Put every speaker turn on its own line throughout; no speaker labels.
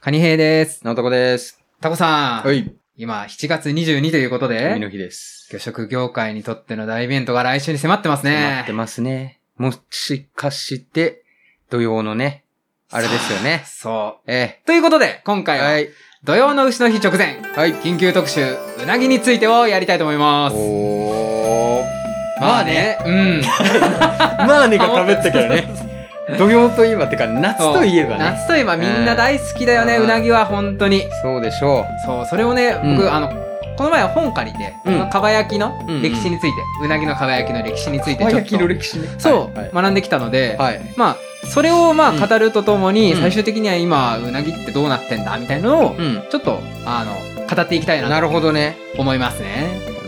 カニヘイです。
なおたこです。
タコさん。
はい。
今、7月22ということ
海
で、
の日です。
魚食業界にとっての大イベントが来週に迫ってます
迫って
ね。
ますね。もしかして、土曜のね、あれですよね。
そ
え
う。ということで、今
え。
回
は
は、
い。
土曜の牛の日直前、
はい。
緊急特集、うなぎについてをやりたいと思います。
おー。
まあね、 うん。
まあねが食べったけどね。土曜といえばってか、夏
そう
といえばね。
夏といえばみんな大好きだよね、
えー
うなぎは本当に。
そうでしょ
そう、それをね、僕、
うん
あの、この前は本借りて、
うん
このかば焼きの
うんうん。
歴史について、うなぎのかば焼きの歴史についうてちょっと、
歴史ね。
そう、
はい。
学んできたので、
はい。
まあ、それをま
うん
あ語るとともに、
うん
最終的には今、うなぎってどうなってんだみたいなのを、
うん。
ちょっと、あの、語っていきたいな
な
と
るほどね。
思いますね。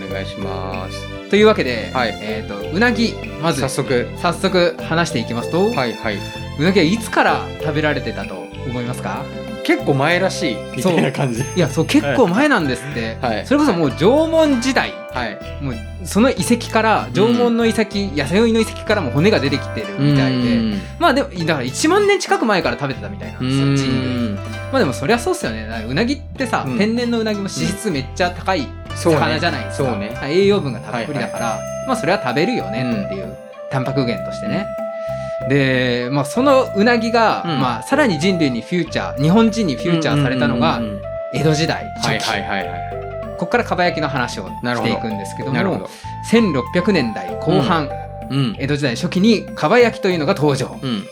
お願いします。
というわけで、
はい
えっ、と、うなぎ、まず
早、速。
早速話していきますと、
はいはい。
うなぎはいつから食べられてたと思いますか
結構前らしい。みたいな感じ。
いや、そう、結構前なんですって。
はい
それこそもう縄文時代。
はい。
もうその遺跡から縄文の遺跡、野生の遺跡からも骨が出てきてるみたいで、
うん
まあでもだから1万年近く前から食べてたみたいなんですよ人類まあでもそりゃそうっすよねだからうなぎってさ、
うん
天然のうなぎも脂質めっちゃ高い
そうね
魚じゃないですか、
そうね
栄養分がたっぷりだから、まあそれは食べるよねっていう、タンパク源としてねで、まあ、そのうなぎが、
うん
まあ、さらに人類にフューチャー日本人にフューチャーされたのが
うんうんうんうん
江戸時代初期、
はいはいはいはい。
ここからかば焼きの話を
なる
し
ほ
て
ど
いくんですけども
なるほど。
1600年代後半、
うん。
江戸時代初期にかば焼きというのが登場
うん。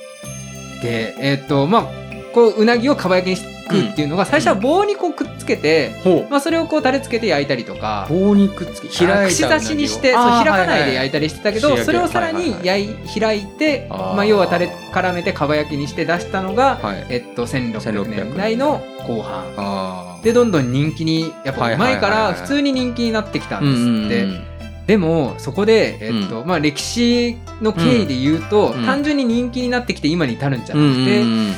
でえっ、とまあこううなぎをかば焼きにして食うっていうのが最初は棒にこうくっつけて、
ほう。
まあ、それをこうタレつけて焼いたりとか
棒にくっつけ、開いた
串刺しにしてそう開かないで焼いたりしてたけど、
串焼き
それをさらに
はいは
焼い開いて
あー
まあ、要はタレ絡めてかば焼きにして出したのが、
はい。
えっと、1600
1600
年代の後半。
ああ。
でどんどん人気にやっぱうまいか
はいはいはい
ら
はい
普通に人気になってきた
うんうんうん
んですって。でもそこで、えっとまあ、歴史の経緯で言うと、
うん
単純に人気になってきて今に至るんじゃ
う
なく
ん
て、
うん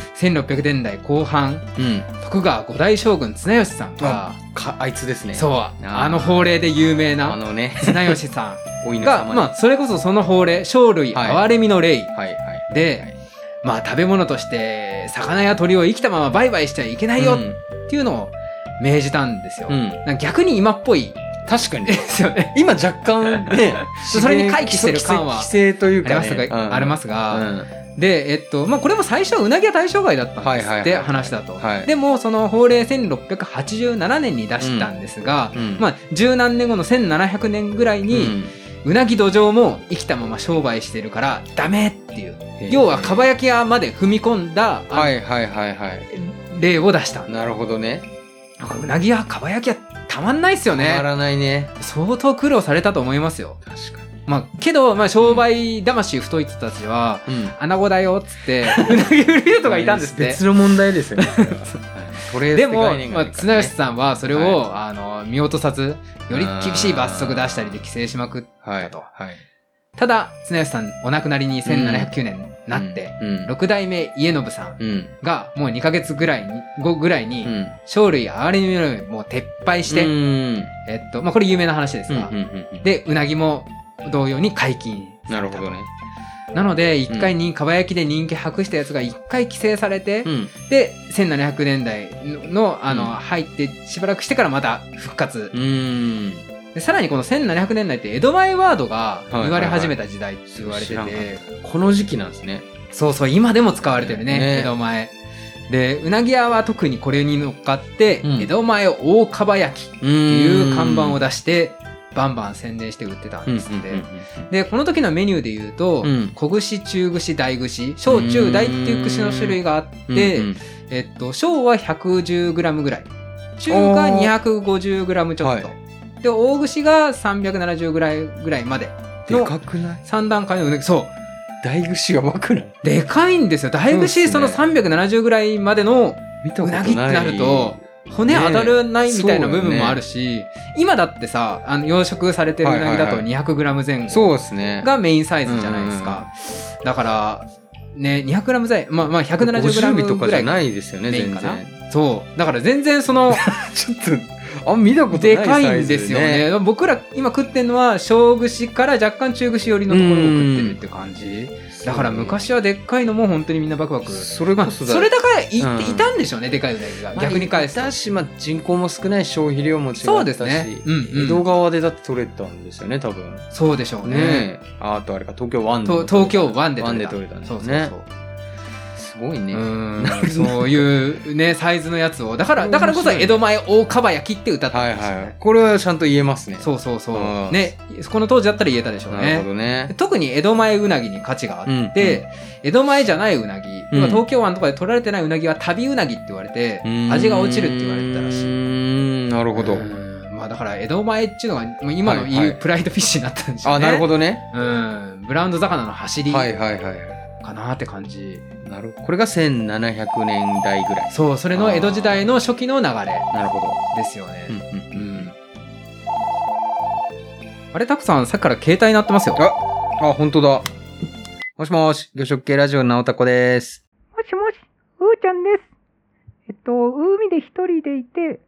1600年代後半
うんうん。
徳川五代将軍綱吉さんが
あ、か、あいつですね。
そう
う。
あ
ー
の法令で有名
あ
な
のね、
綱吉さ
お
ん
犬
が、
様に。
まあ、それこそその法令生類
はい
憐れみの霊、
はいはい。
で、まあ、食べ物として魚や鳥を生きたまま売買しちゃいけないよっていうのを命じたんですよ。
うん。うん。
なんか逆に今っぽい
確かに
で。すよね。、
今若干 ね
それに回帰してる感は
規制規制という
あり
か
ま
ね。
すが、ありますが、
うん
で、えっと、まあ、これも最初はうなぎは対象外だったんです
はい
っ
はい
て
はい
話だと
は。い
でも、その法令1687年に出したんですが、
うん
まあ、十何年後の1700年ぐらいに、うなぎ土壌も生きたまま商売してるからダメっていう
うん
要はかば焼き屋まで踏み込んだあの
はいはいはいはい。
例を出したんだ
なるほどね。
なんかうなぎはかば焼き屋たまんないっすよ
変わ
ね
らないね。
相当苦労されたと思いますよ
確かに。
まあけど、まあ、商売魂太い人たちは
うん。
穴子だよっつって うなぎ売る人がいたんです って
別の問題ですよね。それ
でも、まあ、綱吉
ん。
さんはそれを、あの見落とさずより厳しい罰則出したりで規制しまくっ
はい。
たと
はい。
ただ綱吉さんお亡くなりに1709年になって、
うん。
6代目家信さん
うん。
がもう2ヶ月ぐらいに後ぐらいに、
うん。
生類あれにのもう撤廃して、
うん。
えっとまあ、これ有名な話ですが、
うんうんうん
でうなぎも同様に解禁
なるほどね。
なので一回にかば焼きで人気博したやつが一回規制されて、
うん。
で1700年代のあの、
うん
入ってしばらくしてからまた復活
うん。
でさらにこの1700年代って江戸前ワードが
いはいはい
言われ始めた時代って言われてて、
知らんかっこの時期なんですね。
そうそう今でも使われてるね
ね
江戸前でうなぎ屋は特にこれに乗っかって、
うん
江戸前大かば焼き
って
って
い
いう看板を
出
出してバンバン宣伝して売ってたんですって、
う
でこの時のメニューで言うと、
うん
小串中串大串小中大っていう串の種類があっ
ん。
て、
うん
えっと、小は 110g ぐらい中が 250g ちょっと、
は
で大串が 370g ぐらいぐらいまで
で
の
かくない
3段階のうなぎそう
大串やばくない
でかいんですよ大串そ
そう
の
っす
370ぐらいまでの
見た
う
こと
な
ない。
ぎってなると、骨当たらないみたいな部分もあるし、今だってさあの養殖されてるうなぎだと
はい
200g 前後
そうですね。
がメインサイズじゃないですか、だからね 200g 前まあまあ 170g ぐらい
50尾とかじゃないですよね、
メイ
全
ンかな
然。
そうだから全然その
ちょっ あ、見たことな
で
い
かいんですよ
サイズ
ね僕ら今食ってるのは小串から若干中串寄りのところを食ってるって感じ
ね。
だから昔はでっかいのも本当にみんなバクバク
それこそ
それだからい,、
うん
いたんでしょうねでかいうなぎが逆に返すと
だし、まあ、人口も少ない消費量も違ったし
そうですねうんうん
江戸川でだって取れたんですよね多分ね
そうでしょうね
えああとあれか東京湾で
と東京湾で
湾
取
で
れた
取れたんです
そ
ね
うそうそう
すごいうね、
ーんそういうねサイズのやつをだからだからこそ
面白いね
江戸前大かば焼きって歌っ
は
た
い
んですよね、
はいこれはちゃんと言えますね
そうそうそう
うん
ねこの当時だったら言えたでしょう
なるほ
ね
どね
特に江戸前うなぎに価値があって、
うん
江戸前じゃないうなぎ、
うん
まあ東京湾とかで取られてないうなぎは旅うなぎって言われて、味が落ちるって言われてたらし
うー
い。
んなるほど
うんまあだから江戸前っていうのがもう今の
はい
言
は
う
い
プライドフィッシュになったんでしょうね。
あなるほどね
うん、ブランド魚の走り
はい
か
はいはい
なって感じ。
なるこれが1700年代ぐらい
そう、それの江戸時代の初期の流れ
なるほど、
ですよね
う。んうん
うんあれ、たくさんさっきから携帯鳴ってますよ。
ああ、本当だ。もしもし、魚食系ラジオのおたこです。
もしもし、うーちゃんです。えっと、海で一人でいて、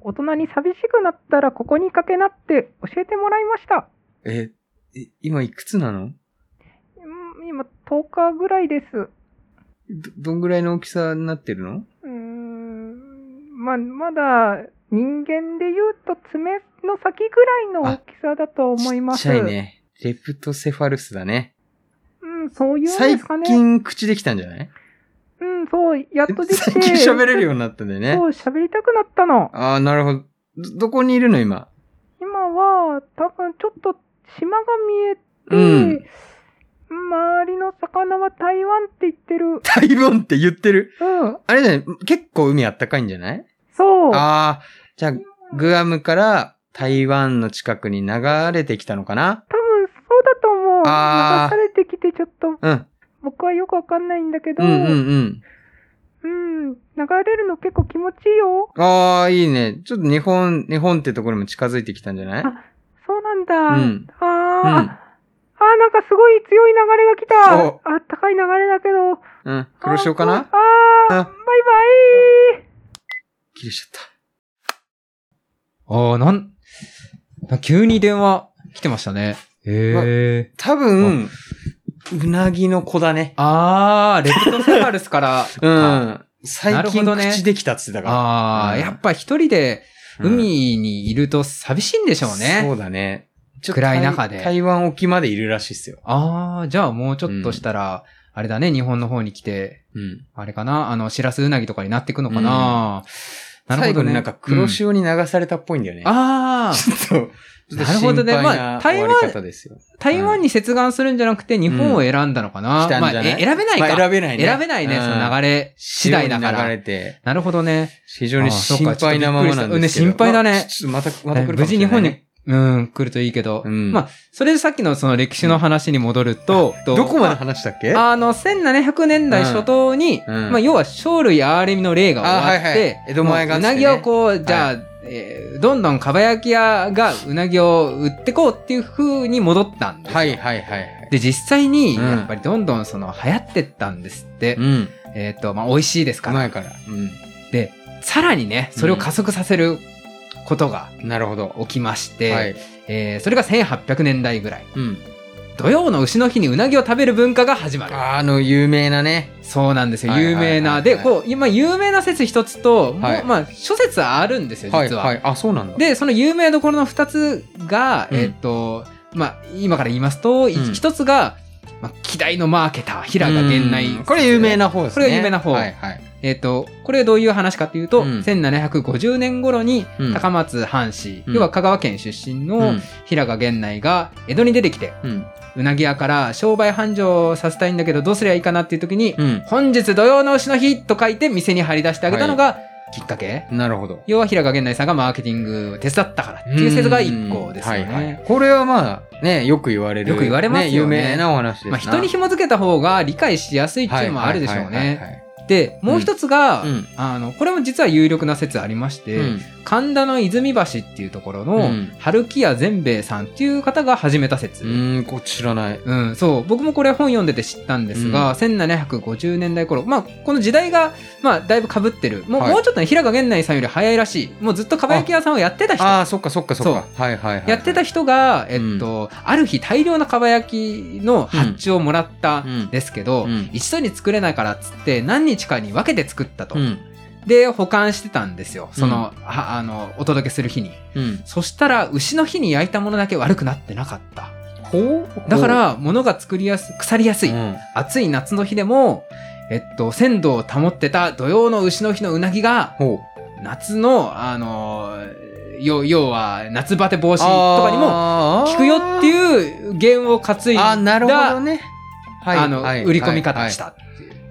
大人に寂しくなったらここにかけなって教えてもらいました。
え、え今いくつなの
うん今、10日ぐらいです。う
ど、どんぐらいの大きさになってるの
ーん、ま、まだ、人間で言うと爪の先ぐらいの大きさだと思います。
ちっちゃいね。レプトセファルスだね。
うん、そういうんで
最
すかね。
近口できたんじゃない
うん、そう、やっとできて。
最近喋れるようになったんだよね
そ。う、喋りたくなったの。
ああ、なるほど。ど、どこにいるの今。
今は、多分ちょっと島が見えて、
うん
周りの魚は台湾って言ってる。
台湾って言ってる。
うん、
あれだね。結構海あったかいんじゃない
そう。
ああ、じゃあ、グアムから台湾の近くに流れてきたのかな
多分そうだと思う。流
あー
されてきてちょっと、
うん。
僕はよくわかんないんだけど、
うんうんうん。
うん、流れるの結構気持ちいいよ。
ああ、いいね。ちょっと日本、日本ってところにも近づいてきたんじゃない
あそうなんだ。
うん
あー、
うん
あー、なんかすごい強い流れが来
お
た。あったかい流れだけど。
うん。黒潮かな
あーあー、バイバイ。
切れちゃった。
ああ、なん、なん急に電話来てましたね。へえ。
多分、うなぎの子だね。
ああ、レプトセファルス から。
う
あ
ん。最
なるほ
近
どね
口できたっつってたか
あ
う
ー、
ん
やっぱ一人で
ら。
海にいると寂しいんでしょうね。
そうだね。ちょっと
暗い中で
台台湾沖までいるらしいっすよ。
ああ、じゃあもうちょっとしたら、あれだね、日本の方に来て、
うん。
あれかな、あの、シラスウナギとかになってくのかな。なる
最
ほ
後
どね。
になんか黒潮に流されたっぽいんだよね。
うん。ああ、
ちょっと、ちょっと
なるほどね
心配
まあ
終
台湾
わり方ですよ。
台湾に接岸するんじゃなくて日本を選んだのかな。
来たん
まあ、
じゃない
え選べないか。
まあ選べないね。
選べないね、
うん
その流れ次第だか
潮に
ら
流。れて。
なるほどね。
非常に心配なま
あそう
まなんですけど。
かちょっとびっくりしたうんね心配だね
まあちょっとまた、また来るか
無
もし
事日
れない
本
ね、
に、うん、来るといいけど。
うん
まあ、それでさっきのその歴史の話に戻ると、と
どこまで話したっけ
あの、1700年代初頭に、
うんうん
まあ、要は、生類憐れみの例が終わって、
あはいはい江戸前が
もうう
っつっ
な
てね
ぎをこう、じゃあ、えーどんどんかば焼き屋がうなぎを売ってこうっていう風に戻ったんですよ。
はいはいはいはい。
で、実際に、
うん
やっぱりどんどんその、流行ってったんですって。
うん。
えっ、と、まあ、美味しいですから。
前から。
で、さらにね、それを加速させることが
うん。なるほど。
起きまして、
はい。
えーそれが1800年代ぐらい。
うん。
土曜の牛の日にうなぎを食べる文化が始まる。
あの、有名なね。
そうなんですよ。
はいはい
有
はいはい
名な。で、こう、今、有名な説一つと、
はい
もうまあ、諸説はあるんですよ、
はい
実は。
はい。あ、そうなんだ。
で、その有名どころの二つが、
うん
えっ、と、まあ、今から言いますと、い
うん
一、つが、まあ、希代のマーケター、平賀源内、
うんこれ有名
な。
な方ですね。
これ有名な方
はいはい。
えっ、と、これはどういう話かというと、
うん
1750年頃に
うん、
高松藩士、
うん
要は香川県出身
う
の
ん
平賀源内が江戸に出てきて、
うん。
うなぎ屋から商売繁盛させたいんだけどどうすりゃいいかなっていう時に、
うん。
本日土曜の牛の日と書いて店に張り出してあげたのがきっかけ、
なるほど。
要は平賀源内さんがマーケティングを手伝ったからっていう説が一個ですよね。
うんはいはいこれはまあ、ね、よく言われる。
よく言われますよね
有名なお話ですな。
まあ、人に紐付けた方が理解しやすいっていうのもあるでしょう
はいはいはい
ね。
はい。
でもう一つが、
うん
あのこれも実は有力な説ありまして、
うん
神田の泉橋っていうところの、
うん
春木屋善兵衛さんっていう方が始めた説。
うん、こう知らない。
うん、そう僕もこれ本読んでて知ったんですが、1750年代頃、まあ、この時代が、まあ、だいぶかぶってるもう,、
はい
もうちょっとね平賀源内さんより早いらしいもうずっとかば焼き屋さんをやってた人
ああ、そっかそっかそっか。はいはいはい。
やってた人が、えっとある日大量のかば焼きの発注をもらった
うん
んですけど、
うん
一度に作れないからっつって何日かに分けて作ったと、
うん。
で保管してたんですよその,、はあのお届けする日に
うん。
そしたら牛の日に焼いたものだけ悪くなってなかった
ほう
だか、ら物が作りやす腐りやすい、
うん
暑い夏の日でも、えっと、鮮度を保ってた土曜の牛の日のうなぎが、
ほう。
夏の、あのー、要要は、夏バテ防止とかにも
も
効くよって
う。
いう弦を担いだ、
あー、なるほどね。はい
あの、
はい
売り込み方をし
は
たっていう。
いはい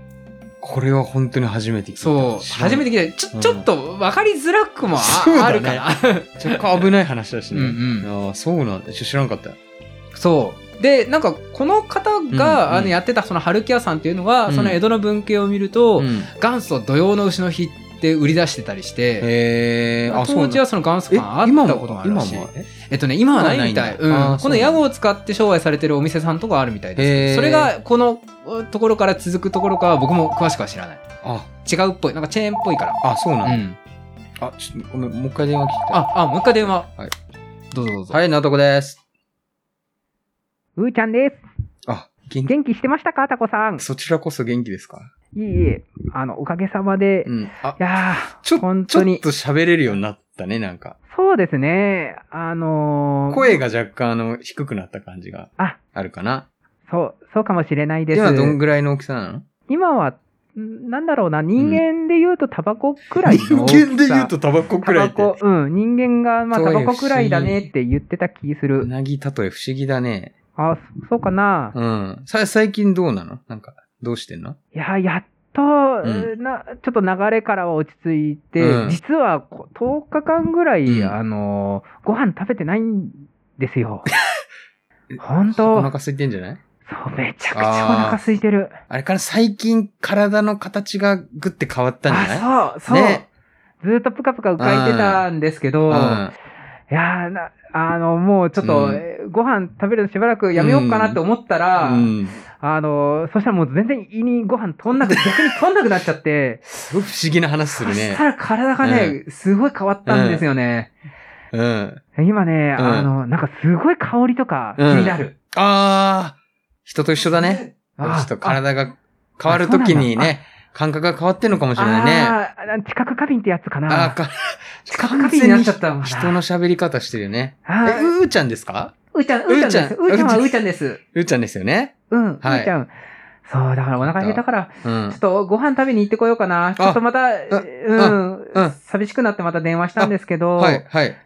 これは本当に初めて聞いた。
そう、初め
て。
て聞いた。ち
う
ょ、
ん
ちょっと分かりづらくもあ,、
そうだね
あるかな。
ちょっと危ない話だしね。
うん
ああ、そうなんだ。ちょ知らんかった。
そう。で、なんか、この方が、
うん
あの、やってたその春木屋さんっていうのは、
うん
その江戸の文献を見ると、
うん
元祖土曜の牛の日って売り出してたりして、
へえ。あ、そうな
当
ん
時
だ
はその元祖感あ
今
った
も
ことがあるらしい
今もえ
えっとね今はないみたい、
今はないん
う
だあー
ん、この屋号を使って商売されてるお店さんとかあるみたいですけ
へー
どそれがこのうところから続くところかは僕も詳しくは知らない
あ、
違うっぽいなんかチェーンっぽいから
あ、そうなん
う
だ。
ん
あ、ちょっとごめん、もう一回電話聞いて。
ああもう一回電話、
はい
どうぞどうぞ、
はい、なとこです。
うーちゃんです。
あ、元気。
元気してましたか、タコさん。
そちらこそ元気ですか
いえいえ、あの、おかげさまで、
う
い
ん。あ、
や
ちょ
ー、本
ちょ
当
っ
に、
と喋れるようになったね、なんか。
そうですね、あのー
声が若干、あの、低くなった感じが
あ、
あるかな。
そう、そうかもしれないです。
今どんぐらいの大きさなの
今は、んなんだろうな、人間で言うとタバコくらい の大きさ。
人間で言うとタバコくらいって。
タバコ、うん、人間が、まあ、
そう
タ
いう
バコくらいだねって言ってた気す
う
る。
なぎたとえ不思議だね。
あ、そそうかな。
うん。さ、最近どうなのなんか、どうしてんの
いや、やっと、
ん
な、ちょっと流れからは落ち着いて、
うん
実はこ10日間ぐらい、
うん
あのー、ご飯食べてないんで すよ。本
お
当
腹空いてんじゃない
そう、めちゃくちゃお腹空いてる。
あれから最近体の形がグって変わったんじゃない
あ、そう、そう。
ね
ずーっとぷかぷか浮かいてたんですけど、
うん。
いやーな、あの、もうちょっと、
うん
えーご飯食べるのしばらくやめようかなって思ったら、
うん。
あの、そしたらもう全然胃にご飯飛んなく、逆に飛んなくなっちゃって、
すごく不思議な話す
そ
る
し
ね
た。ら体がね、すごい変わったんですよね。
うん。
今ね、
うん
あの、なんかすごい香りとか気
うん
になる。
あー、人と一緒だね。ちょ
あ
っと体が変わるときにね、感覚が変わってんのかもしれないね。
あーあ知覚過敏ってやつかな。
あー、か、
知覚過敏になっちゃったも
完
んな。
全に人の喋り方してるよね。
あ
え、
ー
うーちゃんですか
うーちゃん、うーちゃんです。
う
う
ー
ー
ちゃん
ちゃんはうーちゃんです。
うーちゃんですよね。
うん、う
はい
ーちゃん。そう、だからお腹減ったから、
うん
ちょっ。とご飯食べに行ってこようかな。ちょっとまた、うん、
うん
寂しくなってまた電話したんですけど、
はい、はい。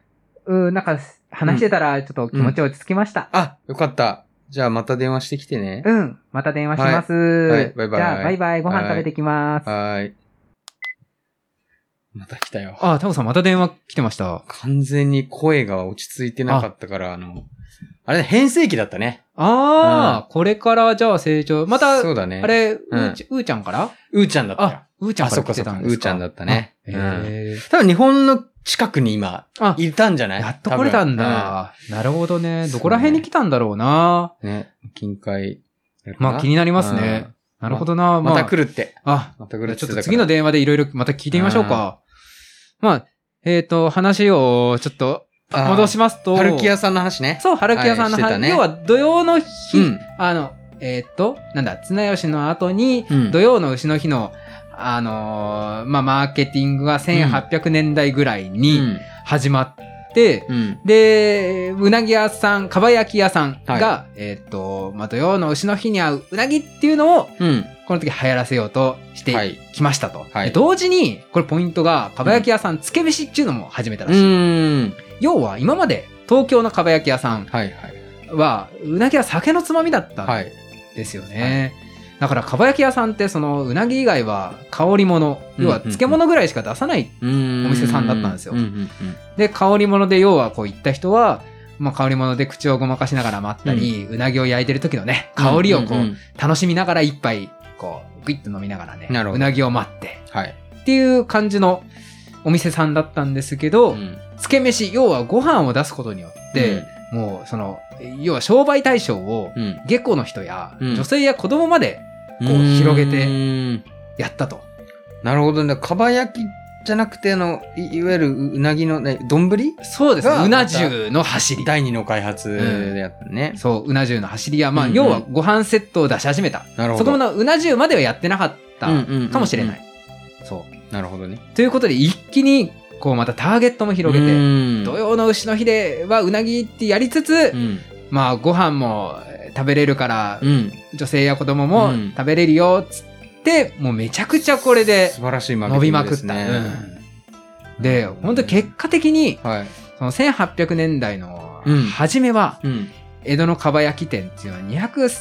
うん、なんか話してたらちょっと気持ち落ち着きました。
あ、よかった。じゃあまた電話してきてね。
うん、また電話します。
いはいバイバイ
じゃあ、バイバイ、ご飯食べてきます。
はーい。また来たよ。
あタコさんまた電話来てました
完全に声が落ち着いてなかったから、あの、あれね、変声期だったね。
ああ、これからじゃあ成長また、
そうだね。
あれう
うん
ーちうーちゃんから
うーちゃんだったよ。
あうーちゃんから来てたんですか
あそっかそっかうーちゃんだったね
あへ
多分日本の近くに今、
あ
いたんじゃな
え
い
やっと来れたん。だ、なるほどねどこら辺に来たんだろうな
多分うんね、近海。
まあ気になりますね、なるほどな、
うん。ま
あ
た来るって。
あ
また来るって
ちょってと
言たから
次の電話でいろいろまた聞いてみましょうか。まあ、えっ、と、話をちょっと
あー
戻しますと、
春木屋さんの話ね。
そう、春木屋さんの
はいしてた
話、
ね
要は土曜の日、
うん。
あの、えっ、と、なんだ、綱吉の後に、
うん
土曜の牛の日の、あのーまあ、マーケティングが1800年代ぐらいうに
ん。
始まって、
うん。
で、うなぎ屋さん、かば焼き屋さんが、
は
えっ、と、まあ、土曜の牛の日に合ううなぎっていうのを、
うん。
この時流行らせようとして
はい
きましたと。
はい
で同時に、これポイントが、かば焼き屋さん、つけ飯っていうのも始めた
う
らしい。
ーん。
要は、今まで東京のかば焼き屋さん
はいはい。
は、うなぎは酒のつまみだった
は
ん
い。
ですよね。だから、かば焼き屋さんって、その、うなぎ以外は、香り物、
うん
要は、漬物ぐらいしか出さない。
お店
店さんだったんですよ
うんうん
で、香り物で、要は、こう、行った人は、まあ、香り物で口をごまかしながら待ったり、うなぎを焼いてる時のね、香りをこう、
んんん
楽しみながら一杯こう、グイッと飲みながらね、
なるほど
うなぎを待って、
はい。
っていう感じのお店さんだったんですけど、
うん
つけ飯、要はご飯を出すことによって、、もうその、要は商売対象を、
うんうん
下戸の人や、
うん
女性や子供までこう
ーん
広げてやったと。
なるほどね。かば焼きじゃなくて、あの、いいわゆるうなぎの、ね、丼
そうですね。
が
うな重の走り。
第二の開発でやったね。
そう、うな重の走りや、まあ、
うんうん
要はご飯セットを出し始めた。
なるほ
そ
ど。
このうな重まではやってなかった
うんうんうん
かもしれない。そう。
なるほどね。
ということで、一気に、こう、またターゲットも広げ
う
て、
ん
土曜の牛の日ではうなぎってやりつつ
う、ん。
まあ、ご飯もえー食べれるから
う、ん。
女性や子供も
うん
食べれるよ、つって、もうめちゃくちゃこれで
素晴らしいマーケ
伸
テ
び
ィン
ま
グ
く
で
っ
す
た。
ね。
うんで、本当結果的に、
はい。
その1800年代の
うん
初めは、
うん。
江戸のかば焼き店っていうのは200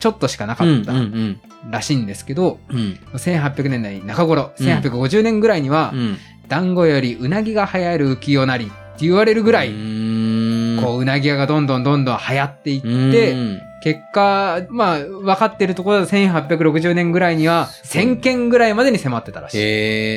ちょっとしかなか
うん
っ
うんう
た
ん
らしいんですけど、
うん
1800年代中頃、
うん
1850年ぐらいには
う、ん
団子よりうなぎが流行る浮世なりって言われるぐらい、こう、うなぎ屋がどんどんどんどん流行っていって、結果、まあ、分かってるところで1860年ぐらいには、1000件ぐらいまでに迫ってたらしい。
へ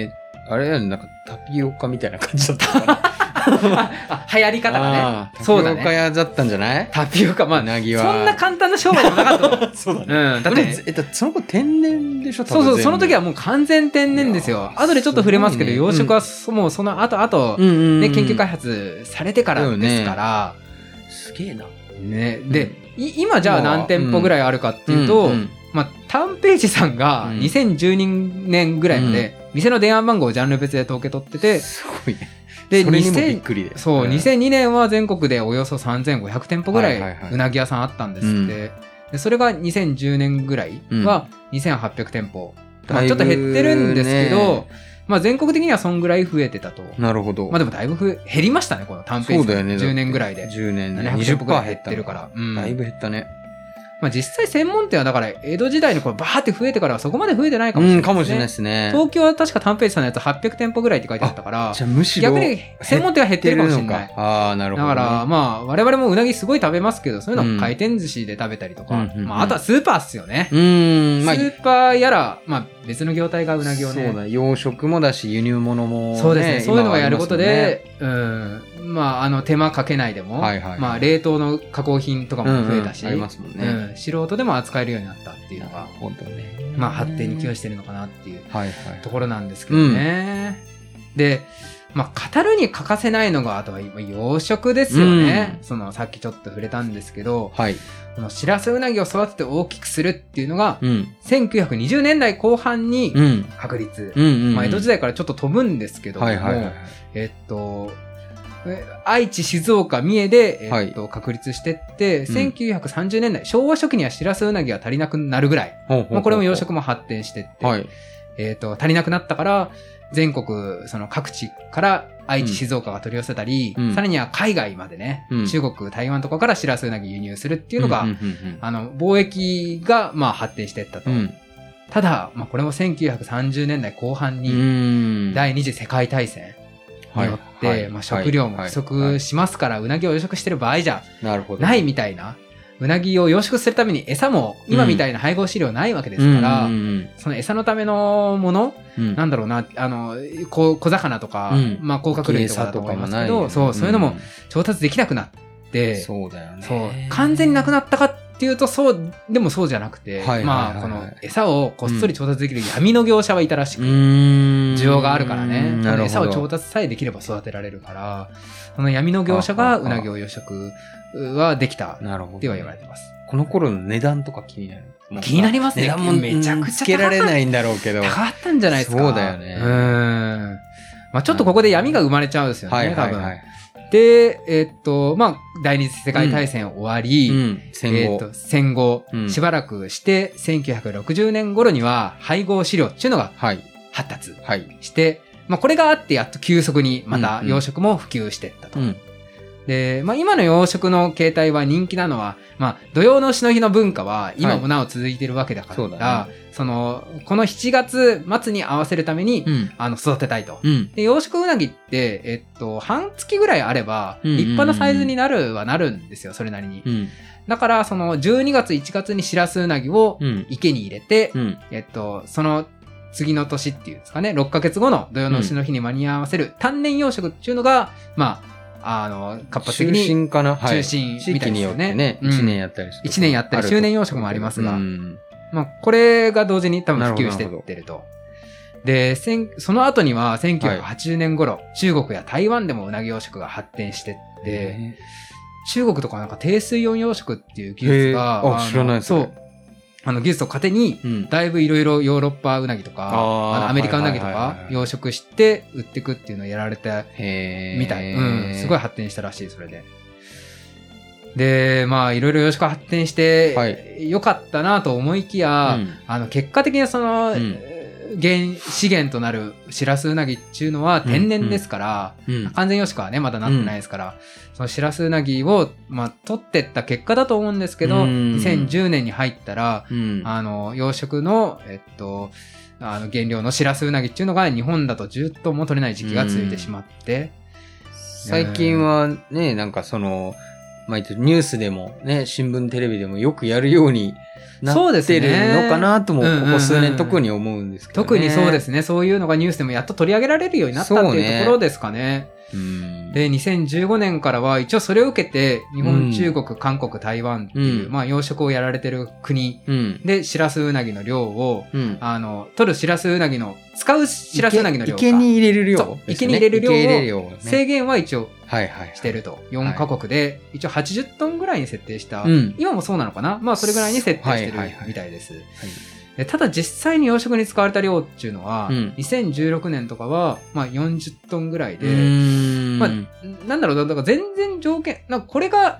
えー、あれだよねなんかタピオカみたいな感じだったのかな
あ 流行り方がね。
あー
そうだね
タピオカ屋だったんじゃない
タピオカ、まあ、
うなぎは
そんな簡単な商売でもなかったと思う。
そうだね
うん、だ
だ
っ
ってて、えだってその子天然でしょ
そうそう、その時
は、
はもう完全天然です
い
よ
や。ー
後でちょっと触れますけど、
すご
養
いね
殖はそもうその後、後、
うんうんうん
ね、研究開発されてからですから、
すげえな
ね、で、い今じゃあ何店舗ぐらいあるかっていうと、
んん
まあ、タンペイジさんが
うん
2012年ぐらいまで、店の電話番号をジャンル別で統計取ってて、
すごいね
で、
それにもびっ
2000
くりで
そう、
ん
2002年は全国でおよそ3500店舗ぐら
はいはいはいいう
なぎ屋さんあったんですって、
うん
でそれが2010年ぐらいは2800店舗、まあ、ちょっと減ってるんですけ
だいぶ
ど、まあ、全国的にはそんぐらい増えてたと、
なるほど、
まあ、でもだいぶ増え減りましたねこの短編
そうだよね
10年ぐらいで
10年で
700店舗ぐらい減
20%減っ
ったてるから、うん
だいぶ減ったね
まあ、実際専門店はだから江戸時代にこうバーって増えてからはそこまで増えてないかもしれ
う
ない,、
んかもしれないですね
東京は確か短編さんのやつ800店舗ぐらいって書いてあったから
じゃあむしろ
逆に専門店は減ってるかもしれ
減
な
っ
い
てるのかああなるほ
だ
ど、ね、
から、まあ、我々もうなぎすごい食べますけど、そういうの
う
は
ん
回転寿司で食べたりとか、
うんうんうん
まあ、あとはスーパーっすよね。
うーんまあ
スーパーやら、まあ、別の業態がうなぎをね。
そうだ養殖もだし輸入物も、ね、
そうですね。そういうのをやること
今はあり
で、うん。まあ、あの、手間かけないでも、
はいはいはい
まあ、冷凍の加工品とか
ますもん
も
ね
増えたし、
うんうんありますもんね、
うん素人でも扱えるようになったっていうの
な
が
る、ほどね
まあ、発展に寄与
し
してるのかなっていう
はいはい
ところなんですけどね。で、まあ、語るに欠かせないのが、あとは今養殖ですよね。
うん
その、さっきちょっと触れたんですけど、
はい
このシラスウナギを育てて大きくするっていうのが、
うん
1920年代後半に
うん
確立。
うんうん
まあ、江戸時
代
代からちょっと飛ぶんですけども、
はいはいはい
えっと、え愛知、静岡、三重で、
は
え
い
っと、確立してって、
うん
1930年代、昭和初期にはシラスウナギが足りなくなるぐらい、
ほうほうほう
まあ、これも養殖も発展してって、
はい
えっと、足りなくなったから、全国、その各地から愛知、
うん
静岡が取り寄せたり、
うん
さらには海外までね、
うん
中国、台湾とかからシラスウナギ輸入するっていうのが、
んうん
あの、貿易が、まあ、発展していったと。
うん
ただ、まあ、これも1930年代後半
うんう
に、
ん
第二次世界大戦によって、
はいはい
まあ、食料も不
はいは
足
い
しますから、うなぎを養殖してる場合じゃ
なるほど
ないみたいな、うなぎを養殖するために餌も、今みたいな配合飼料ないわけですから、
うんうん
その餌のためのもの、
うんうん
なんだろうな、あの、小小魚とか、
うん
まあ、甲殻類とかだと思いますけど、そう、そういうのも調達できなくなって、
うんそうだよね
そう完全になくなったかっていうとそうでもそうじゃなくて、
はいはいはい
まあこの餌をこっそり調達できる闇の業者はいたらしく、
うーん
需要があるからね、
なるほど
餌を調達さえできれば育てられるからその闇の業者
は
が
あはあ
うなぎを養殖はできた
なるほど
っては言われてます。
この頃の値段とか気になる。
気になりますね
値段も
めちゃくちゃ高い
つけられないんだろうけど。
高かったんじゃないですか
そうだよね
うんまあ、ちょっとここで闇が生まれちゃうんですよね、
はいはい
多
は
分。
い。
で、えっと、まあ、第二次世界大戦終わり、
うん、戦
え
後
ー、と戦後、
うん
しばらくして1960年頃には配合飼料っていうのが
はい。
発達
はい。
して、まあ、これがあってやっと急速にまた
うんうん
養殖も普及していったと。
うん。
で、まあ、今の養殖の形態は人気なのは、まあ、土曜の丑の日の文化は今もなお続いてるわけだから、
そうだ
そのこの7月末に合わせるために、
うん。
あの育てたいと。
うん。
で養殖うなぎって、えっと、半月ぐらいあれば、
うんうんうん
立派なサイズになるはなるんですよ、それなりに。
うん。
だから、その12月1月にシラスウナギを
うん。
池に入れて、
うん。
えっと、その次の年っていうんですかね、6ヶ月後の土曜の丑の日に間に合わせる単年養殖っていうのが、まあ、あの、活発的
中
に
心かなはい。
中心
地
みたい
域
で
に
す
よ
よ
って
ね。
ね、
うん
1年やったりする。
一年やったり
ある
周年養殖もありますが
うん
まあ、これが同時に多分普及してってると。で、せんその後には1980年頃、中国や台湾でもうなぎ養殖が発展してって、
へ
中国とかなんか低水温養殖っていう技術が、
へーあ
の
知らないそ
そ
れ
う。あの技術を糧に、
ーうん。
だいぶいろいろヨーロッパウナギとか、
あー
あのアメリカウナギと
はいはいはい
か
はい
養殖して売ってくっていうのをやられて
へー
みたい。うん。すごい発展したらしい、それで。で、まあ、いろいろ養殖発展し
は
て、良かったなと思いきや、
うん
あの、結果的にその、
うん
原資源となるシラスウナギっていうのは天然ですから、
うん。
完全養殖はね、まだなってないですから、そのシラスウナギを、まあ、取ってった結果だと思うんですけど、
うん
2010年に入ったら、
うん
あの、養殖の、えっと、あの、原料のシラスウナギっていうのが日本だと10トンも取れない時期が続いてしまって、
最近はね、なんかその、まあ、言ってニュースでもね、新聞、テレビでもよくやるようにな
そうで
っ
す
て
ね
るのかなとも、こ
うんうんうん
こ数年特に思うんですけど、ね。。
特にそうですすね、そういうのがニュースでもやっと取り上げられるようになったって
そう
い
ね
うところですかね。
うん、
で、2015年からは一応それを受けて、日
うん
本、中国、韓国、台湾っていう、
うん
まあ養殖をやられてる国
うん。
で、シラスウナギの量を、
うん。
あの、取るシラスウナギの、使うシラスウナギの量
池池に
が、
入れる量
そう
です
池に入れる量を
池に入れる量をね
制限は一応
はいはいはい。
してると。4カ国で、一応80トンぐらいに設定した、
うん。
今もそうなのかなまあそれぐらいに設定してる
はいはいはい
みたいです。でただ実際に養殖に使われた量っていうのは、
うん
2016年とかは、まあ40トンぐらいで、
うん
まあなんだろうな、だから全然条件、なんかこれが、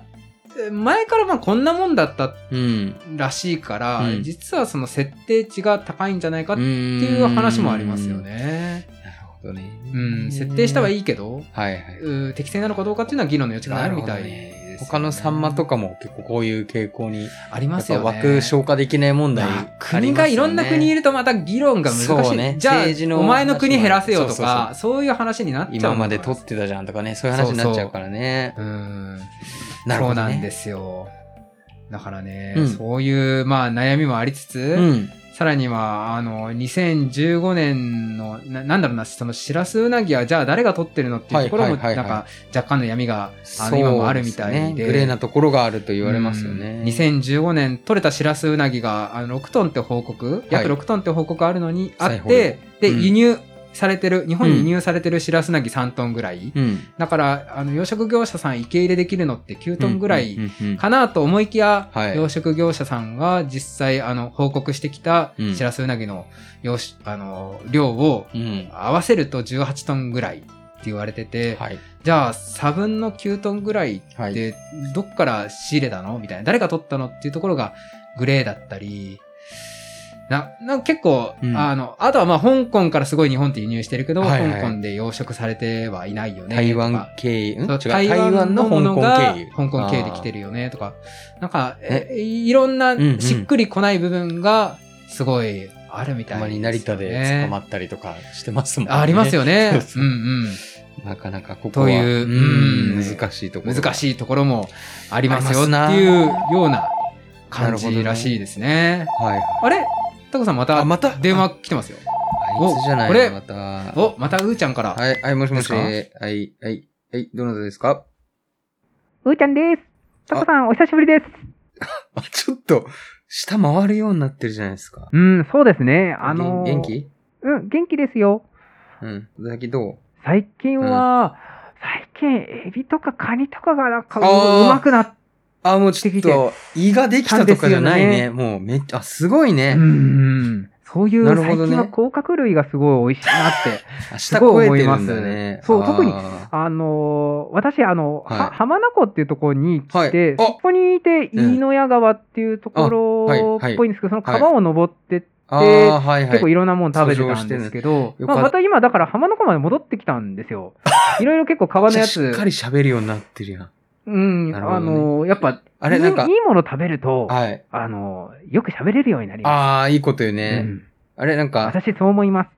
えー前からまあこんなもんだった
うん。
らしいから、
うん
実はその設定値が高いんじゃないかっ
って
ていう話もありますよ。ね。
なるほどね。
うん、設定したはい
い。
いけど、
はいはい。
うん適正なのかどうかっていうのは議論の余地があるみたいです、
他のサンマとかも結構こういう傾向に
あり
や
ま
っ
す
ぱ
よね。
枠消化できない問題あり
まあ
ますよね、
国がいろんな国いるとまた議論が難
そ
し
う
い、
ね
じゃあ
政治の
お前の国減らせよとか
そ
そうう
そうそう
いう話になっちゃう
今まで取
と
ってたじゃんとかねそういう話になっちゃうからね
うん
なるほど、ね、、
そうなんですすよだからね、
うん
そういうまあ悩みもありつつ、
うん、
さらにはあの2015年のななんだろうなそのシラスウナギはじゃあ誰が取ってるのっていうところも
はいはいはい
な
は
ん
い
か若干の闇があの今もあるみた
そう
い
すね
で
グレーなところがあると言われますよ
う
ね
ん2015年取れたシラスウナギがあの6トンって報告、約6トンって報告あるのにあ
再
っ
報告
てで、
うん
輸入されてる日本
うん
に輸入されてるシラスウナギ3トンぐらい、
うん
だからあの養殖業者さん受け入れできるのって9トンぐら
う
い
んうんうん
かなと思いきや、
はい
養殖業者さんが実際あの報告してきた
うん
シラスウナギの養しあの量を
うん
合わせると18トンぐらいって言われてて、
はい
じゃあ差分の9トンぐらい
はい
で、どっから仕入れたのみたいな。誰が取ったのっていうところがグレーだったり、な、なんか結構、
うん
あの、あとはまあ香港からすごい日本って輸入してるけど、
はいはい
香港で養殖されてはいないよね。
台
と
湾
か
経由ん違
そうう台湾のものが香港経由で来て
る
るよねとか、なんか、えいろんな
うんうん
しっくりこない部分がすごいあるみた
た
い
まに成田で捕まったりとかしてますもんね
ありますよ
そう
ね。
そううん
うん。
なかなかここは
という
うん
うん
難しいところ
難
い
しいところもありますよ
あ
っ
り
て
ますな
いうような
な
感
るほどね
じらしいですね。
はい
あれタコさんまた
あまた
電話来てますよ。
あいつじゃない
おこれ
また
お、またうーちゃんから。
はい、はい、もしも
で
し。
すか
はい、はい、はい、どなたですか
うーちゃんです。タコさん、お久しぶりです。
あ、ちょっと、下回るようになってるじゃないですか。
うん、そうですね。あのー
元気
うん、元気ですよ。
うん。最近どう
最近は、最近、エビとかカニとかがなんかう
あー
うまくなっ
あ、もうちょっと、胃ができたとかじゃないね。もうめっちゃ、あ、すごいね。
うん
うん。
そういう
なるほ
最
どね
近は甲殻類がすごい美味しいなって。
あ下超えてるんだ
すごい思い
ね
ま。すそう
あー
特にあのー私、あの、
はい
は浜名湖っていうところに
は
来て、
いあ
そこにいて、
うん
飯野屋川っていうところ
あはい
っぽいんですけど、
はい
その川を登ってって、
あー、はいはい
結構。いろんなもの食べてたんですけど、
るよかっ
ま
た
あ、また今、だから浜名湖まで戻ってきたんで すよ。いろいろ結構川の
じゃ
や
あしっ
つ
か、り喋るようになってるやん。
うん、
なるほど
あ
ね
のーやっぱ、
あれ、
いい
なんか
いい、もの食べると、
はい。
あのーよく喋れるようになりま
ああ、いいことよ
す。う
ね。
ん
あれ、なんか、
私、そう思います。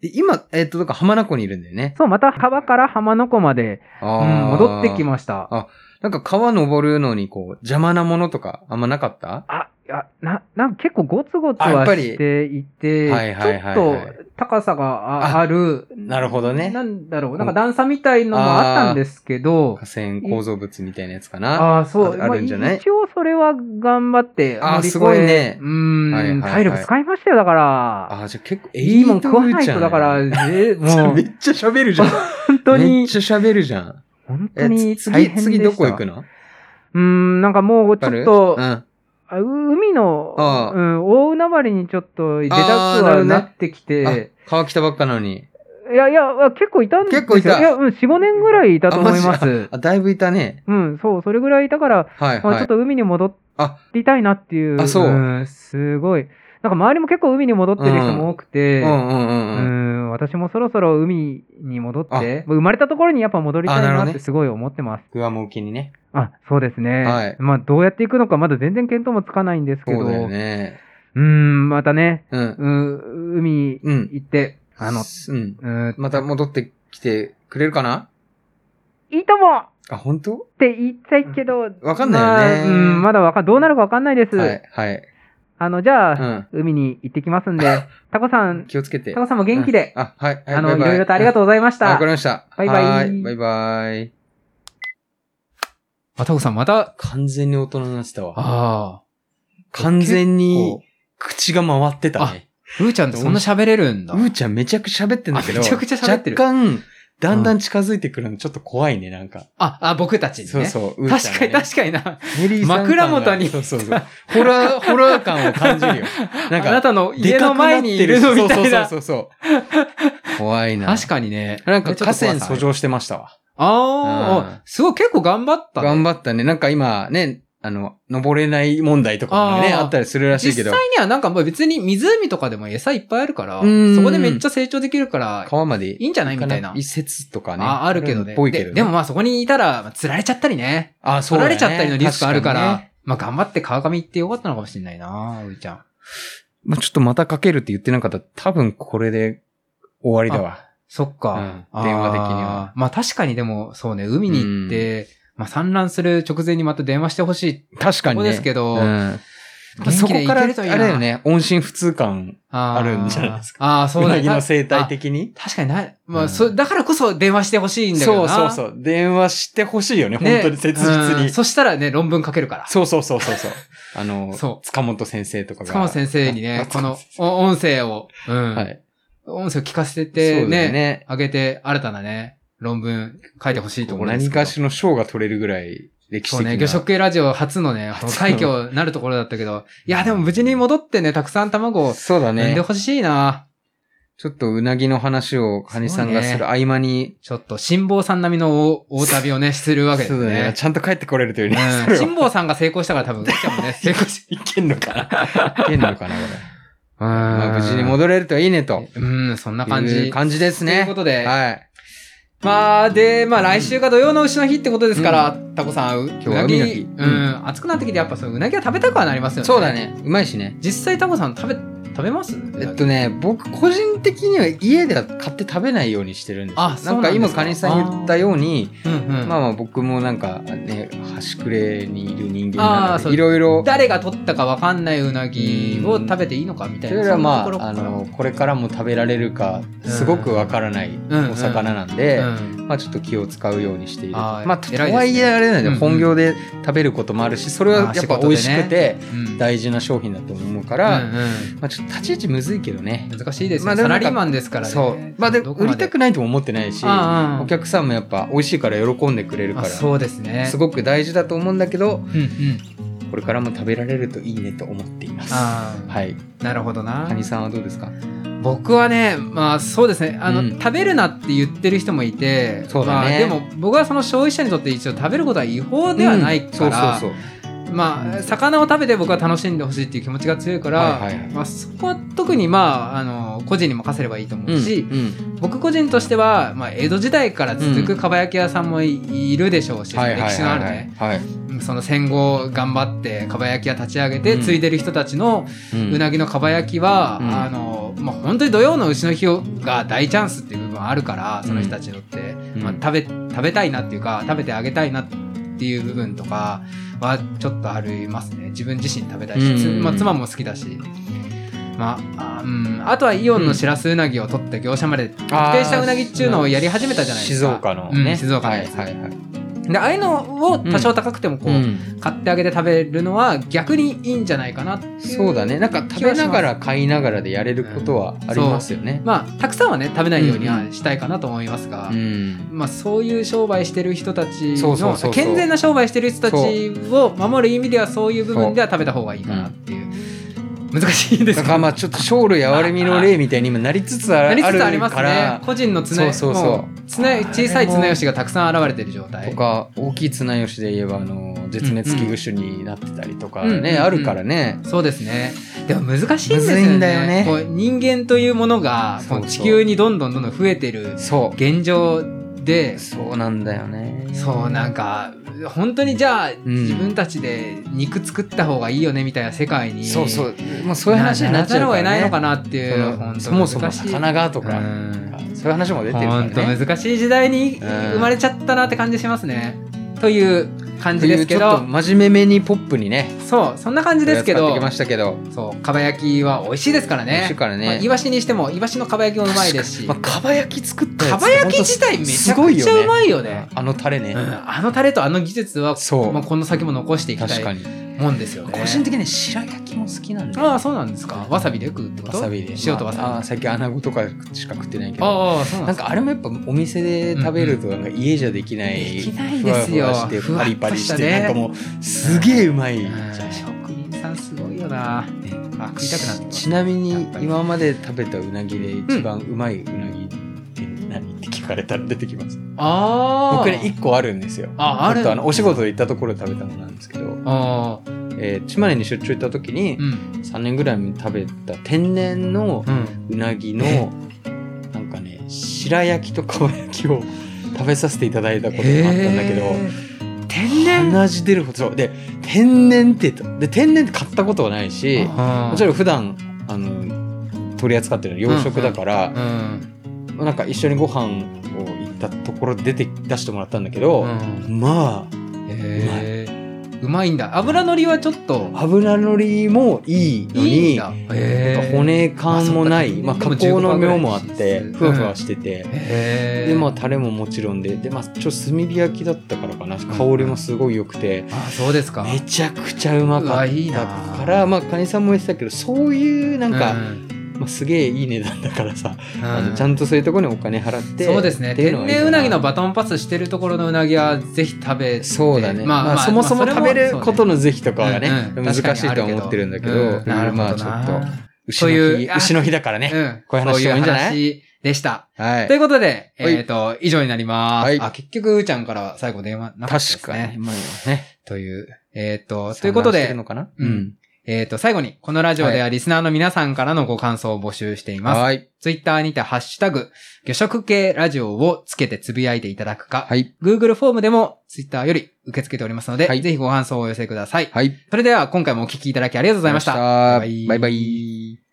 で今、えっ、と、なんか浜名湖にいるんだよね。
そう、また川から浜の湖まで、
う
うんん、戻ってきました。
す。なんか川登るのにこう、邪魔なものとかあんまなかった
あ、いや、な、なんか結構ゴツゴツ
あや
は
っぱり
していて、
はいはいはいはい
ちょっと高さがあ
あ
ある。
なるほどね
なんだろう。なんか段差みたいのもあったんですけど、
河川構造物みたいなやつかな。
ああ、そう。
ああるんじゃない
まあ一応それは頑張って
あ
乗
ー
り越え。
すごいね
うーん、
はいはいはい
体力使いましたよ、だから。
ああ、じゃあ結構、
いいもん食わないと、
エリートルーちゃ
だ
ん
から、えーもう
め、っ ちゃ喋るじゃん。
本当
めっ
に、
ちゃ喋るじゃん。
本当
え、
に
つ
大
次、
変でした。
次どこ行くの
うーん、なんかもう、ちょっ
わ
と
か、るうん。
あ海の、
ああ
うん、大海原にちょっと出たく
ああなるほど
は
ね
なってきて、
あ、川来たばっかなのに。
いやいや、結構いたんですよ。
結構いた
や、うん、4、5年ぐらいいたと思いま
あ
す。
あ、だいぶいたね。
うん、そう、それぐらいいたから、
はい
まあ、
は
ちょっ
い。
と海に戻
あ
りたいなっていう。
あそうん
すごい。なんか周りも結構海に戻ってる人も多く
う
て、
んうんう
うん
うん。
ん私もそろそろ海に戻っ
あ
て、もう生まれたところにやっぱ戻りたい
あなるほ
な
ど
っ
ね
てすごい思ってます。
グアム沖にね。
あ、そうですね。
はい
まあどうやっていくのかまだ全然見当もつかないんですけ
そ
ど、
うだよね。
うん、またね、
うん。
うん、海
うん。
行って、あの、
うん。
うん、
また戻ってきてくれるかない
いともっ
あ、本当
て言いたいけど、
わかんないよね。
まあうん、まだわかんどうなるかわかんないです。
はい、はい。
あの、じゃ
う
あ、
ん。
海に行ってきますんで、タコさん、
気をつけて。
タコさんも元気で、
あ、はい。はい
あの、
バイ
い
バイ
ろいろとありがとうございまし
あ
た
わか。りました。
バイバイ
はいバイバイ。
あ、タコさんまた、
完全に大人になってたわ。
ああ、
完全に
こ
口が回ってたね。
う、うーちゃんってそんな喋れるんだ。
うーちゃんめちゃくちゃ喋ってんだけど、
あめちゃくちゃ喋ってる
若干、だんだん近づいてくるのちょっと怖いね、なんか。
あ、あ、僕たちにね。
そうそう、うーちゃん
確か
がね、
に確かにな。
メリーさん感が
枕元に
そうそうそう。ホラー、ホラー感を感じ るよ。なん
あな
か、
たの
で
家
か
の
くな
前
って
にいるのみたいな。
そうそうそうそう。怖いな。
確かにね。
なんか河川
訴
遡
状。
上してましたわ。
あ
うん
あ、すごい、結構頑張ったね。
頑張ったね。なんか今ね、あの、登れない問題とかもね、
あー
あったりするらしいけ
実
ど
際、にはなんかもう別に湖とかでも餌いっぱいあるから、
うん
そこでめっちゃ成長できるから、
川まで
いいんじゃないみたいな。
一節とかね。
ああるけどね
っぽいけ
で
どね。
でもまあそこにいたら、釣られちゃったりね。
あ、
釣
そうだ
ら
ね
れちゃったりのリスクあるから、
確にね
まあ頑張って川上行ってよかったのかもしれないな、うーちゃん。
まあちょっとまたかけるって言ってなかったら、多分これで終わりだわ。
そっか。
うん電話的に
あ
は
ー。まあ確かにでも、そうね、海に行って、まあ産卵する直前にまた電話してほしいって
確か
こ
に
こ
ね。
ですけど、
うんまあ
元
そ
気
こ
で
から、
行け
あれ
るといいな
だよね。音信不通感。
あー
あるんじゃないです
か。ああ、そううだ
な
ね
ぎの生態的に。
確かにな、ま
う
あ、
ん
そ、だからこそ電話してほしいんだけ
そ
ど
う
な。
そうそう。電話してほしいよね。
ね
本当に切実
うん
に。
そしたらね、論文書けるから。
そうそうそうそうそう。あの
そ、
塚本先生とかが。
塚本先生にね
あ、
この
塚
お音声を、うん。
本はい。
音声を聞かせ
そ
て
うだよ
ね、
ね。
あ、げて新たなね、論文書いてほしいところです
何
けど。
かしらの賞が取れるぐらい歴史
そう
的
ね、
な。
魚食系ラジオ初のね、この快挙になるところだったけど、いや、でも無事に戻ってね、たくさん卵を
そう
産
だ
ん
ね
で。ほしいな。
ちょっとうなぎの話をカニさんがする合間に、
ちょっと、辛抱さん並みの大大旅をね、するわけです
そうだ
ね。
ちゃんと帰ってこれるというね。
うん。辛抱さんが成功したから多 分、うっちゃんもね、成功し
いけんのか ないけんのかな、これ。
うん。
まあ、無事に戻れるといいね、と。
うん、そんな感
い
じ。
う感じで
と
す
いう
ね
こ。とで、
はい。
まあ、で、まあ来週が土曜の牛の日ってことですから、タコさん、今
日は海の日
ううん、暑くなってきてやっぱそのうなぎは食べたくはなりますよね。
そうだ。ね。うまいしね。
実際タコさん食べ、食べます
えっとね、僕個人的には家では買って食べないようにしてるんですよ
あそう
な
な
んか
んで
今
すか
カニさん言ったように、
うんうん。
まあまあ僕もなんかね、端くれにいる人間
あ
な
ー
の
そう
で、いろいろ、
誰が取ったかわかんないうなぎを食べていいのかみたい
そ
な。
れはま
そんなところ
あ、あ
から
の、これからも食べられるか、すごくわからない
ん
お魚なんで、
うん
まあちょっと気を使うようにしていると。
はい
まあとと
偉いですね
はいえあれなんで
うんうん
本業で食べることもあるし、それはやっぱ美味しくて
うん。
大事な商品だと思うか
う
ら、
ん
まあちょっと立ち位置むずいけどね
う。ん難しいですよ、
まあで
サ
もな
ラ
んか
リーマンですからね。
そう。まあで
どこ
売りた
で
くないとも思ってないし、
ああ
お客さんもやっぱ美味しいから喜んでくれるか
あ
ら、
そうですね。
すごく大事だと思うんだけど、
うんうん。
これからも食べられるといいねと思っています。
ああ、
はい。
なるほどな
カ。ニさんはどうですか
僕はね、まあそうですね、あの、
うん
食べるなって言ってる人もいて、
そうだね
まあでも僕はその消費者にとって一応食べることは違法ではないから、
うんそうそう
まあ、魚を食べて僕は楽しんでほしいっていう気持ちが強いから、
はいはいはい
まあ、そこは特にまあ、あの、個人に任せればいいと思うし、
うんうん
僕個人としては、まあ、江戸時代から続
う
く
ん
かば焼き屋さんもいいるでしょうし、
はいはい
歴史のあるね、
はいはい
うんその戦後頑張ってかば焼き屋立ち上げて、
うん
継いでる人たちの
うん
うなぎのかば焼きは、
うん
あの、まあ、本当に土曜の牛の日が大チャンスっていう部分はあるから、その人たちにとって、
うん
まあ、食べ、食べたいなっていうか、食べてあげたいなっていう部分とかはちょっとありますね。自分自身食べたいし、つ
うん
まあ、妻も好きだし。まあ、あうん、あとはイオンのしらすうなぎを取って業者まで特定したうなぎっていうのをやり始めたじゃないですか。
静岡の
う
ね
ん静岡の
は
や
い
つ
はいはい
で、ああいうのを多少高くてもこう、
うん
買ってあげて食べるのは逆にいいんじゃないかなっていう
そうだねなんか食べながら買いながらでやれることはありますよね
まあたくさんはね食べないようにはしたいかなと思いますが、
うん
まあ、そういう商売してる人たち
そうそうそうそ
の
う
健全な商売してる人たちを守る意味ではそういう部分では食べた方がいいかなっていう難しいで
だ
す
から
か
まあちょっと生類哀れみの例みたいに今なりつつあ
な
ある
りつつあります
か
ね
ら
個人の綱
そうそうそう
も綱小さい綱吉がたくさん現れてる状態
とか大きい綱吉で言えばあの絶滅危惧種になってたりとか
うんうんうん
ね
うん
あるからね
そうですねでも難しいんですよ
むずい
ね
んだよね
こう人間というものがこう
そう
地
そう
球にどんどんどんどん増えてる
そ
現状で
うそうなんだよね
そうなんか本当にじゃあ、
ん
自分たちで肉作った方がいいよねみたいな世界に
そうそうもうそういう話になっちゃ
なならざ
うか
るを得ない
ら
の
ね
かなっていう
その
本当
そもそも
難しい
魚がとか
う
なん
ん
かそういう話も出てるから
本当
ね。
難しい時代に
ん
生まれちゃったなって感じしますね、という感じですけ
というちょっと
ど
真面目めにポップにね
そうそんな感じですけ
やっ
ど
てきましたけど、
そうかば焼きは美味しいですから
美味
ね
しいからね
まあイワシにしてもイワシのかば焼きもうまいですし
まあ、
か
かば焼き作ったやつ
ば焼き自体めちゃくちゃうまいよね
あのタレね、
うんあのタレとあの技術は
そう
まあ、この先も残していきた
確か
い
に、
もんですよね
個人的にね白焼きも好きなんで
あ
わ
あそうなんですかわさびで食うってこと
さびで
塩とわさび、
まああー最近穴子とかしか食ってないけど
ああそうなん
な
で
ん
すか
かあれもやっぱお店で食べるとなんか家じゃできない
できないですよ
ふわふわして
ふわ
パ
っと
リパリ
し
したて
ね
なんかもうすげえうまいじゃ
うん職
ん
人さんすごいよな、あ食いたくなってきま
ち
す
ちなみに
やっぱり
今まで食べたうなぎで一番うまいうなぎって何って聞かれたら出てきます
ああ
僕ね1個あるんですよ
ああ
ちょ
る
っとあのお仕事で行ったところで食べたのなんですけど、
ああ
えー島根に出張行った時に
うん
3年ぐらい前に食べた天然の
うん
うなぎのなんかね白焼きとかば焼きを食べさせていただいたことがあったんだけ
へ
ど、
え天然
鼻血出るほどそうで天然って言ったで天然って買ったことはないしも
も
ち
ん
ろん普段あの取り扱ってるのは養殖だから、
うん
なんか一緒にご飯を行ったところで出て出してもらったんだけど、
うん
まあ
へえうまいんだ油のりはちょっと
油のりもいいのに
いいんだへえ
なんか骨感もない、
あ
まあ、
そ
加
っか
工の妙もあって
うん
ふわふわしてて、
へえ
でまあタレももちろんでで、まあ、ちょっと炭火焼きだったからかな香りもすごい良くて、
あそうですか
めちゃくちゃうま
う
か
わ
っ
いい
た
な
からまあかにさんも言ってたけどそういうなんか、まあ、すげえいい値段だからさ、あのちゃ
と
んとそういうところにお金払って
そうですね
っていうの
天
はいいか
然うなぎのバトンパスしてるところのうなぎはぜひ食べて
そうだね、
ま
ま
あま
あ
あ
そもそも
まあ
食
それ
べ
も
ることの是非とかはね、
うんうん
難しいとは思ってるんだけど、
確かにあるけどうんなる
まあ
ほ
ち
ど
ょ
な
っと牛
そう
の
い
日
うあ
牛の日だからね、
うん
こういう話がいいんじゃない
そういう話でした。
はい
ということで、
はい
えっ、と、以上になります。
はい
あ、結局、うーちゃんからは最後電話なかったです
確
ね。
かに。まあね。
という、えっ、と、ということ
散乱して
で
る、のかな
う
うんん。
えっ、と、最後に、このラジオではリスナーの皆さんからのご感想を募集しています。
はい。
ツイッターにて、ハッシュタグ、魚食系ラジオをつけてつぶやいていただくか、
はい。
Google フォームでもツイッターより受け付けておりますので、
はい
ぜひご感想をお寄せください。
はい。
それでは今回もお聞きいただきありがとうございました。
あ
バイ
り
バ
がとうございましたバ
イ
イバイ。